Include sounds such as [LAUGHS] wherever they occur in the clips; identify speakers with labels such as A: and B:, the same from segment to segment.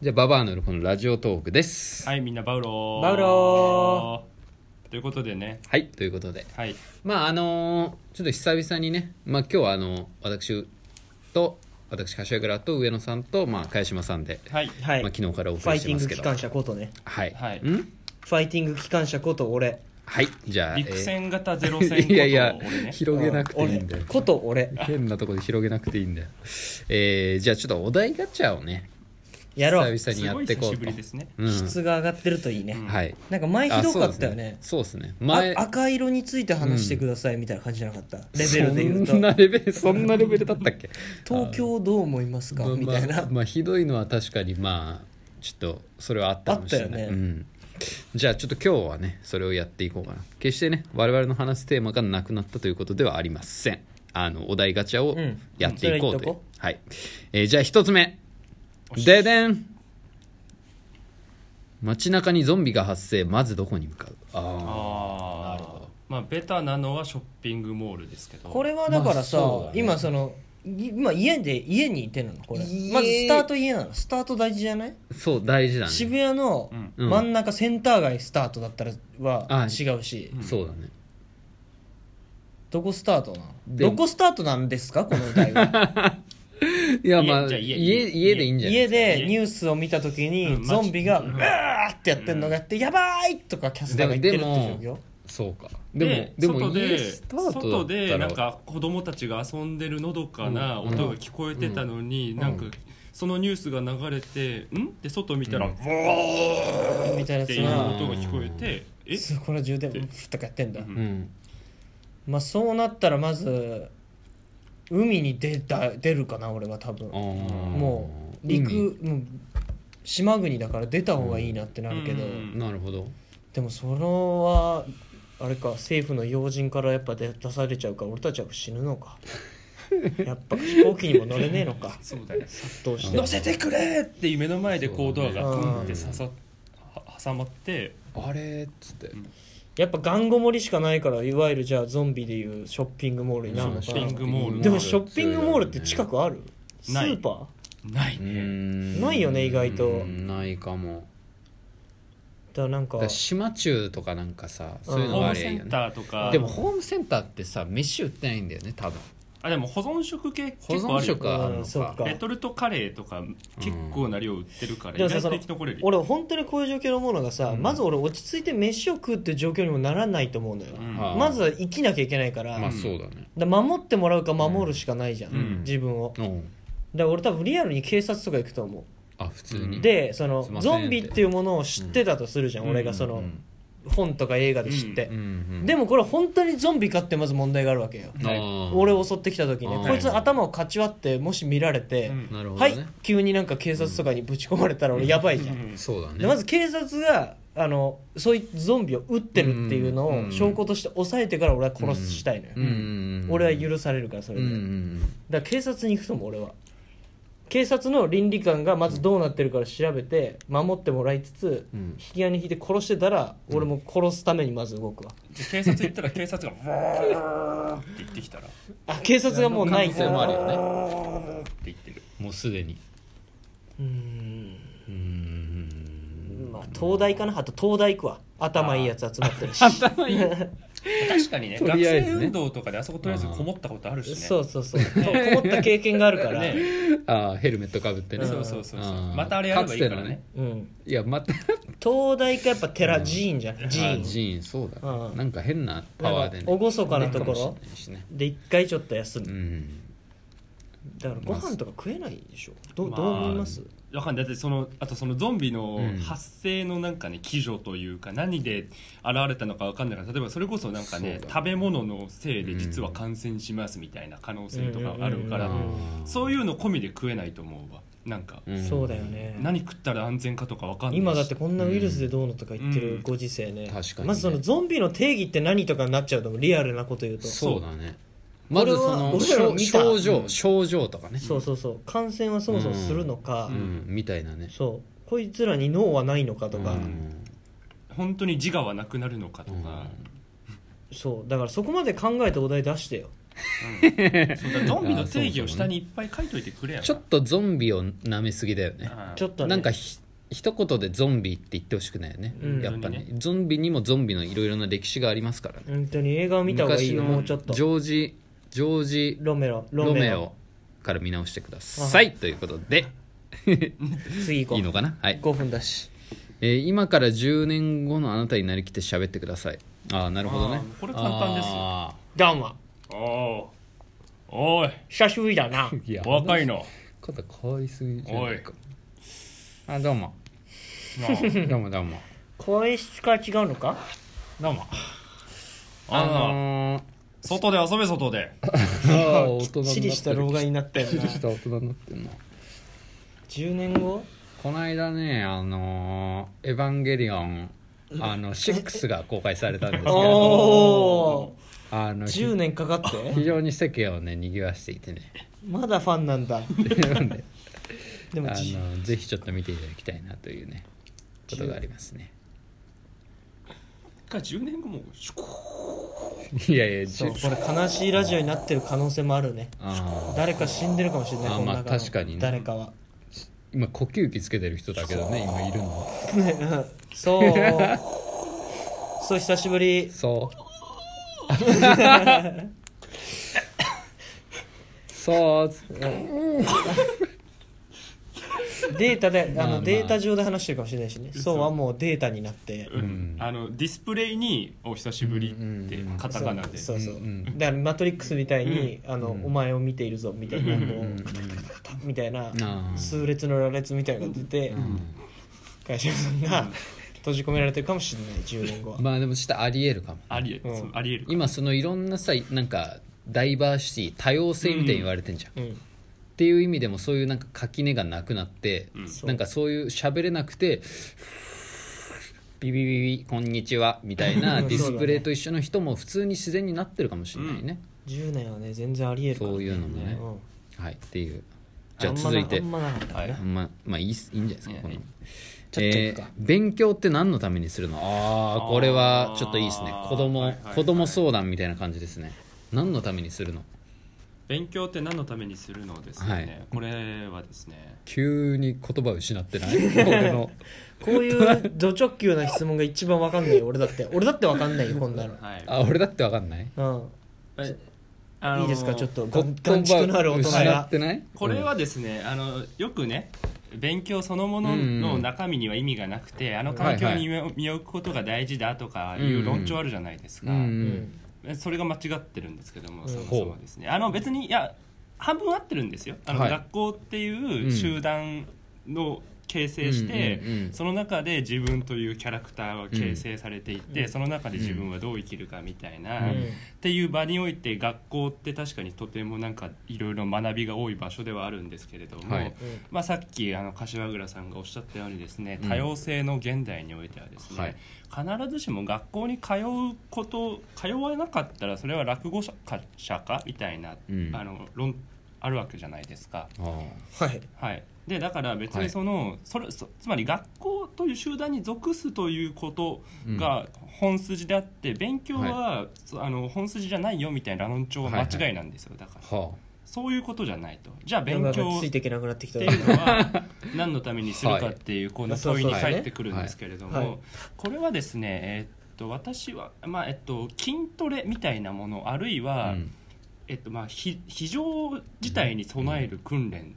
A: じゃあババアの夜このラジオトークですはい、
B: はいみんなバウロー
C: バウロ
B: ということでね
A: ということで
B: はい
A: まああのーちょっと久々にねまあ今日はあの私と私柏倉と上野さんとまあ萱島さんで、
B: はい
C: はい、
A: まあ、昨日からお
C: フ
A: 送
C: ァ
A: り
C: イ
A: し
C: テ
A: て
C: ィン
A: ま
C: グ
A: すけ
C: 機
A: ど
C: 関車ことね
A: はい、
B: はい
A: ん
C: ファイティング機関車こと俺
A: はいじゃあ
B: 陸戦型ゼロ戦
A: えー [LAUGHS] いやいや
B: こと俺ね
A: 広げなくていいんだ
C: う
A: よ
C: 俺こと俺
A: [LAUGHS] 変なとこで広げなくていいんだよえー、じゃあちょっとお題ガチャをね
C: やろう
A: 久々に
B: す
A: や
B: ご
A: っ
B: い
A: てこう
B: 久し
A: と
B: ぶりですね
A: う
C: 質が上がってるといいね、
A: ん、はい
C: なんか前ひ
A: あ
C: ど
A: そう
C: かったよね
A: そうですね
C: あ
A: 前
C: 赤色について話してくださいみたいな感じじゃなかった、レベルで言うと
A: そんなレベルそんなレベルだったっけ
C: 東京どう思いますか
A: まあ
C: みたいな、
A: まあまあひどいのは確かにまあちょっとそれはあったかもしれない、
C: あった
A: う
C: よね
A: ん、じゃあちょっと今日はねそれをやっていこうかな決してね我々の話すテーマがなくなったということではありませんあのお題ガチャを
C: うん
A: やっていこうという、
C: うんそれは言っとこ
A: はい、えーじゃあ一つ目ででん街中にゾンビが発生まずどこに向かうあ
B: ああ
A: なるほど
B: まあベタなのはショッピングモールですけど
C: これはだからさ、
A: まあそうだね
C: 今そのい今家で家にいてんのこれ
A: 家
C: まずスタート家なのスタート大事じゃない、
A: あそう大事だね
C: 渋谷の
A: うん
C: 真ん中センター街スタートだったら
A: あ
C: は違うし、
A: そうだね
C: どこスタートなの
A: で
C: どこスタートなんですかこの歌は
A: いやまあ
B: 家じゃあ
A: 家
B: 家
A: 家でいいんじゃない
C: 家でニュースを見た時
B: う
C: に
B: ん
C: ゾンビが「
B: 街
C: うわ!」ってやってんのがあって「やばい!」とかキャスターが言ってるって状況
A: そうかで
B: で
A: もでも
B: 外
A: 家
B: で
A: スタートだったら
B: 外でなんか子供たちが遊んでるのどかな
A: うん
B: 音が聞こえてたのに、なんかそのニュースが流れて「ん?」って外見たら「
A: うん
B: ボー
C: みたいな
B: って
C: そ
B: いう
C: の
B: 音が聞こえて「え
C: そうこの充電ふとかやってんだ、
B: うん
A: うん
C: まあそうなったらまず海に出た出るかな俺は多分もう陸もう島国だから出た方がいいなってなるけど、
B: うんうん
A: なるほど
C: でもそれはあれか政府の要人からやっぱ出出されちゃうから俺たちは死ぬのかやっぱ飛行機にも乗れねえのか
B: そうだよ
C: 殺到して
B: 乗せてくれ!」って夢の前でこうドアがグンって刺さは挟まって
A: あれっつって
C: やっぱガンゴ盛りしかないからいわゆるじゃあゾンビでいうショッピングモールになるの
B: シ
C: か
B: ョッピン
C: な
B: グモール
C: でもショッピングモールって近
A: く
C: くあるス
B: ない
C: ーパ
B: ないね
C: ないよね意外と
A: ないかも
C: ーだなん
A: だ
C: か
A: から島中とかなんかさそういうの
B: ホ
A: が
B: ー
A: あ
B: ム
A: れや
B: セ
A: よ
B: ン
A: ね
B: ターとか
A: でもホームセンターってさ飯売ってないんだよね多分
B: あでも保存食系
A: 保
B: 結構あ
A: 存
B: るよ
A: 食はあるの
C: うんそ
A: か
C: っか
B: レトルトカレーとか結構な量売ってるから
C: で
B: 意
C: もさ
B: 外
C: そ
B: と
C: の
B: 生き残れるよ
C: 俺本当にこういう状況のものがさ、まず俺落ち着いて飯を食うっていう状況にもならないと思うのよ、
B: うん
A: あー
C: まずは生きなきゃいけないから,、
A: まあそうだね
C: だ守ってもらうか守るしかないじゃん、
B: うん
C: 自分をだか
A: うん
C: ら俺多分リアルに警察とか行くと思
A: あ普通
C: う
A: に
C: でその
A: すいません
C: ゾンビっていうものを知ってたとするじゃん、
B: うん
C: 俺がその、
A: うん
C: 本とか映画で知って、
A: うんうん
C: でもこれ本当にゾンビかってまず問題があるわけよ、
A: あー
C: 俺を襲ってきた時に
A: あ
C: ね
A: ー
C: こいつの頭をかち割ってもし見られて、
B: うん
A: なるほど
C: は
A: ね
C: い急になんか警察とかにぶち込まれたら俺やばいじゃん、
B: うん
A: そうだね
C: でまず警察があのそういうゾンビを撃ってるっていうの
A: うん
C: を証拠として抑えてから俺は殺すしたいのよ、
A: うんうんうん
C: 俺は許されるからそれ
A: う
C: で、
A: んう
C: だか
A: ん
C: ら警察に行くとも俺は警察の倫理観がまずどうなってるから調べて守ってもらいつつ、
A: うん
C: 引き金引いて殺してたら俺も殺すためにまず動くわ、
B: で警察行ったら警察が「ブー」って言ってきたら「ブ
C: あ警察がもうない
A: 可能性もあるよね
B: ー」って言ってる
A: もうすでに
C: うーん
A: うーん
C: まあ東大かなあと東大行くわ頭いいやつ集まってるし
B: 確かにね
A: と
B: 学
A: りあえずね
B: 生運動とかであそことりあえずこもったことあるしね
C: そうそうそうこもった経験があるから、
B: ね
A: ああヘルメットかぶってね
B: そうそうそうそう
A: あー
B: またあれやればいいからね
C: うん
A: いやまた
C: 東大かやっぱ寺寺院じゃん寺
A: あ
C: 院
A: ジーンそうだね
C: うん
A: なんか変なパワーでね
C: なんか厳かなと
A: 出る
C: ころ
A: かもしれないしね
C: で一回ちょっと休
A: う
C: む
A: ん
C: だからご飯とか食えないでしょどう
B: まあ
C: どう思います
B: わかんないだってそのあとそのゾンビの
A: うん
B: 発生のなんかね基準というか何で現れたのかわかんないから例えばそれこそなんかね
A: そうだね
B: 食べ物のせいで実は感染しますみたいな可能性とかあるか
A: あ
B: ら
C: うん
A: ー
B: そういうの込みで食えないと思うわなんか
A: ん
C: そうだよね
B: 何食ったら安全かとかわかんないし
C: 今だってこんなウイルスでどうのとか言って
B: う
C: る
B: ん
C: ご時世ね
A: 確かにね
C: まずそのゾンビの定義って何とかになっちゃうと思うリアルなこと言うと
A: そうだねまずその
C: 俺は俺ら
A: 症
C: 見た
A: 症
C: う
A: 状
C: ん
A: 症状とかね
C: そうそうそう感染はそもそもするのか
A: うんみたいなね
C: そうこいつらに脳はないのかと
A: う
C: か
A: ん
B: 本当に自我はなくなるのかとか
C: そうだからそこまで考えてお題出してよ
B: そうだゾンビの定義を下にいっぱい書いといてくれや
A: ちょっとゾンビを舐めすぎだよね
B: ああ
C: ちょっと、ね、
A: なんかひ一言でゾンビって言ってほしくないよね、
C: うん
A: やっぱねゾンビにもゾンビのいろいろな歴史がありますからね
C: 本当に映画を見た方がいいよもうちょっと
A: ジョージジョージ
C: ロメロ
A: ロメオから見直してくださいということで
C: 次行こう
A: いいのかなはい、
C: 5分だし
A: えー今から10年後のあなたになりきって喋ってくださいああなるほどね
B: あーこれ簡単ですよ
A: あ
C: どうも
B: おおい
C: 久しぶりだ
A: [LAUGHS]
C: な
A: ーいや
B: [LAUGHS] 若いの
A: 肩変わりすぎじゃないかあどうもどうもどうも
C: 声質が違うのか
A: どうも
B: あ
A: あ
B: の
A: の
B: 外で遊べ外で
A: ー、あー大
C: [LAUGHS]
A: 人
C: きっ
A: になってる
C: ちりした老害になっ
A: [LAUGHS]
C: たよな
A: きっちりした大人になってるな
C: 10年後
A: この間ねあのーエヴァンゲリオン」あ
C: [LAUGHS]
A: の6が公開されたんですけど
C: おお
A: あのひ
C: 10年かかって
A: 非常に世間をね賑わしていてね
C: まだファンなんだ
A: なん
C: [LAUGHS]
A: で
C: で
A: あ
C: もじ
A: のぜひちょっと見ていただきたいなというねことがありますね
B: か10年後もシュコ
A: いやいや
C: そう
A: じ
C: これ悲しいラジオになってる可能性もあるね
A: あー
C: 誰か死んでるかもしれない
A: あ
C: この中の
A: まあ確かにね
C: 誰かは [LAUGHS]
A: 今呼吸器つけてる人だけどね今いるの
C: そうそう久しぶり
A: そう
C: [LAUGHS]
A: そう
C: データであ
A: まあま
C: の
A: あ
C: データ上で話してるかもしれないしねそうはもうデータになって
B: うんあのディスプレイに「お久しぶり」って
A: うん
B: カタカナで
C: そうそ
A: う
C: うそ
A: ん
C: う
A: うん
C: だから「マトリックス」みたいに「あのお前を見ているぞ」みたいなこうカタカタカタカタみたいな
A: あー
C: 数列の羅列みたいなのが出て会社さんが閉じ込められてるかもしれない10年後は
A: まあでもちょっとありえるかも
B: ありえ
C: うん
B: そうありえる
A: 今そのいろんなさなんかダイバーシティ多様性みたいに言われてんじゃん、っ
C: うん
A: ていう意味でもそういうなんか垣根がなくなって、
C: そう
A: なんかそういう喋れなくてビビビビこんにちはみたい
C: [LAUGHS]
A: な
C: うん
A: ディスプレイと一緒の人も普通に自然になってるかもしれないね、
C: 10年はね全然ありえるから
A: そういうのもね、
C: うん
A: はいっていうじゃあ続いて
C: あんまなあんまなかったかな
A: あんままあいいっすいいんじゃないですかこの
C: ちょっと行くか
A: えー勉強って何のためにするのああこれはちょっといいですね
B: あー
A: 子供、
B: はいはいはい
A: 子供相談みたいな感じですね何のためにするの
B: 勉強って何のためにするのです
A: は
B: ね
A: い
B: これはですね
A: 急に言葉失ってない俺の
C: こういうド直球な質問が一番わかんないよ俺だって俺だってわかんないよこんな
B: はい
A: あ俺だって分かんない
C: の
B: え
C: う
B: あ
C: ん
B: の
C: いいですかちょっとが
A: 言
C: ん眼蓄のある
A: 葉
C: 大人
A: 失っ
C: が
A: てない
B: これはですねあのよくね勉強そのものの中身には意味がなくて、あの環境に身を身を置くことが大事だとかいう論調あるじゃないです
A: うん
B: か、
A: う
C: うんん
B: それが間違ってるんですけども、
C: うん
B: そもそもですねあの別にいや半分合ってるんですよあの、
A: はい
B: 学校っていう集団の形成して、
A: うんうんうん
B: その中で自分というキャラクターは形成されていって、その中で自分はどう生きるかみたいな、
C: うん
B: っていう場において学校って確かにとてもなんかいろいろ学びが多い場所ではあるんですけれども、
A: はい
B: まあ、さっきあの柏倉さんがおっしゃったようにですね
A: うん
B: 多様性の現代においてはですね、必ずしも学校に通うこと通わなかったらそれは落語者か者かみたいな、
A: うん
B: あの論あるわけじゃないですか。
A: あー
C: はい
B: はい、でだから別
A: は
B: に
A: い
B: その、それそつまり学校という集団に属すということが本筋であって、勉強は、そあの本筋じゃないよみたいな論調は間違いなんですよ、だから
A: は
B: そういうことじゃないとじゃあ
C: 勉
B: 勉強
C: 強ついていけなくなってき
B: ったていうのは何のためにするかっていうこの問いに
A: はい
B: 返ってくるんですけれど
C: はいはい
B: もこれはですねえーっと私は、まあえっと、筋トレみたいなものあるい
A: あ
B: は、
A: うん
B: えっとまあ、ひ非常事態に備える訓練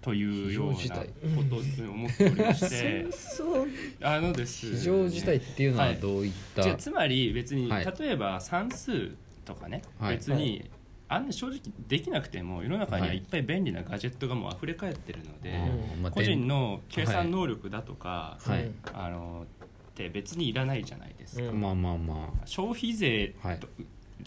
B: というような
A: 非常事態
B: ことを思っておりまして
C: そう
B: あのですね
A: 非常事態っていうのはどういった、
B: じゃあつまり別に、
A: はい
B: 例えば算数とかね、
A: はい
B: 別に、あんな正直できなくても世の中には
A: はい
B: いっぱい便利なガジェットがもう溢れ返ってるので、
A: うんまあ
B: 個人の計算能力だとか、
A: はい
C: うん
B: あのって別にいらないじゃないですか、
C: うん
A: まあまあま
B: 消費税
A: あはい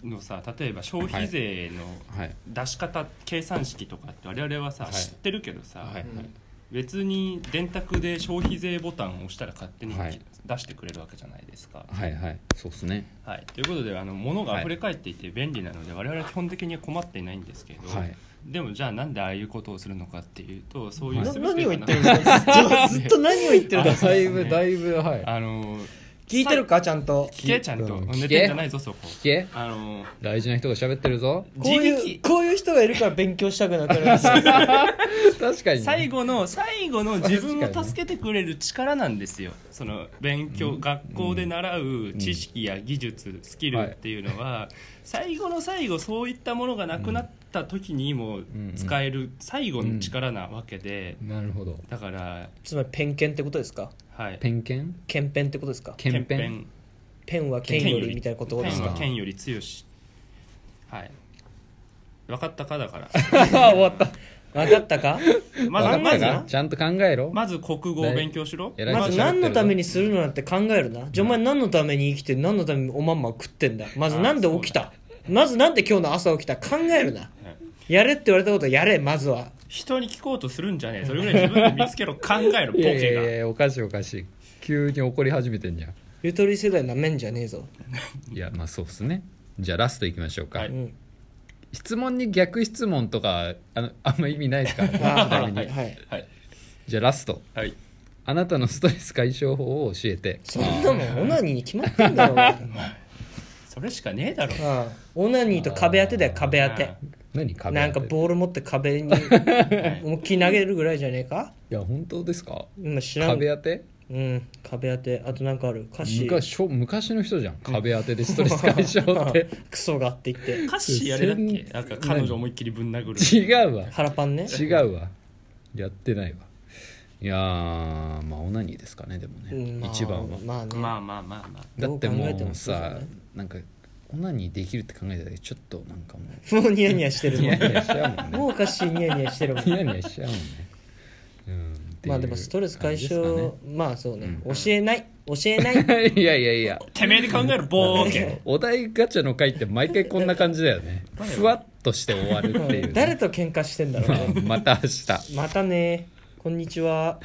B: のさ例えば消費税の
A: はい
B: 出し方、計算式とかって我々はさ、
A: はい
B: 知ってるけどさ、
A: はい
C: うん
B: 別に電卓で消費税ボタンを押したら勝手に
A: はい
B: 出してくれるわけじゃないですか。
A: はいはいそうですね
B: はい、ということであの物が溢れ返っていて便利なので、我々は基本的には困っていないんですけど、
A: はい
B: でもじゃあなんでああいうことをするのかっていうとそういう
C: な
B: 全てが
C: [LAUGHS] 何を言ってるんですかずっとずっと何を言ってるんですか
B: あ
A: だいぶだいぶはい
B: あの
C: 聞いてるかちゃんと
B: 聞けちゃんと
A: うん
B: 寝てんじゃないぞそこ
A: 聞け
B: あの
A: 大事な人が喋ってるぞ
C: こうい
B: 自
C: うこういう人がいるから勉強したくなってるん [LAUGHS] ですよ
A: 確かにね
B: 最後の最後の自分
A: 確か
B: を
A: にね
B: 助けてくれる力なんですよその勉強、学校で習う知識や技術、スキルっていうのは、最後の最後そういったものがなくなった時にも使える最後の力なわけで、
A: なるほど
B: だから
C: つまり偏見ってことですか
B: はい
A: 偏見
C: 剣ペンってことですか
A: 剣偏
B: [LAUGHS]
C: ペンは剣よりみたいなことです
B: 剣
A: 剣
C: か
B: は剣より強しはい分かったかだから
C: 終わった分かったか
B: ま
A: わか
B: ず
A: っ
B: ま
A: た
B: ず
A: かちゃんと考えろ
B: まず国語を勉強しろ
A: 偉い
C: まず何のためにするのなんて考えるなじゃあお前何のために生きて何のためにおまんま食ってんだまずなんで起きたまずなんで今日の朝起きた考えるなやれって言われたことはやれまずは
B: 人に聞こうとするんじゃね
A: [LAUGHS]
B: えそれぐらい自分で見つけろ考えろポ
A: いやい
B: ケ
A: やい
B: が
A: やおかしいおかしい急に怒り始めてんじゃん
C: ゆとり世代なめんじゃねえぞ、
A: いやまあそうっすねじゃあラストいきましょうか、
B: はいう
C: ん
A: 質問に逆質問とかあのあんま意味ないですから、ね、
C: [LAUGHS] あ
A: ち
C: ー
A: なみ
C: は
A: に
C: いはい
B: はい
A: じゃあラスト
B: はい
A: あなたのストレス解消法を教えて
C: そんなもんオナニーに決まってんだろお前
B: それしかねえだろ
C: うんオナニーと壁当てだよ壁当て
A: 何壁
C: なんか
A: 当て
C: ボール持って壁に
A: [LAUGHS]
C: 思いっきり投げるぐらいじゃねえか
A: いや本当ですか
C: 今知らん
A: 壁当て
C: うん壁当てあとなんかある歌詞
A: 昔しょ昔の人じゃん壁当てでストレス解消って
C: [LAUGHS] クソがあって言って
B: 歌詞やれだっけなんか彼女思いっきりぶん殴る
A: 違うわ
C: 腹パンね
A: 違うわやってないわいやーまあオナニーですかねでもね、
C: うんまあ
A: 一番は
C: まあね
B: まあまあまあまあ
A: だっても
C: どう考えても
A: う
C: そうだ
A: さ
C: よね
A: なんかオナニーできるって考えただけでちょっとなんかもう
C: もうニヤニヤしてる
A: ニ
C: も
A: ヤ
C: ん
A: ニヤしちゃうもんね
C: もうおかしいニヤニヤしてるもん
A: ニヤニヤしちゃうもんねうんっていう
C: まあでもストレス解
A: 感じで
C: 消まあそうね
A: う
C: 教えない教え
A: [LAUGHS]
C: ない
A: すかねいやいやいや
B: てめえ
A: [LAUGHS]
B: で考えろボーケ
A: お題ガチャの回って毎回こんな感じだよねふわっとして終わるっていうね、 [LAUGHS]
C: 誰と喧嘩してんだろうね
A: まあまた明日
C: またねこんにちは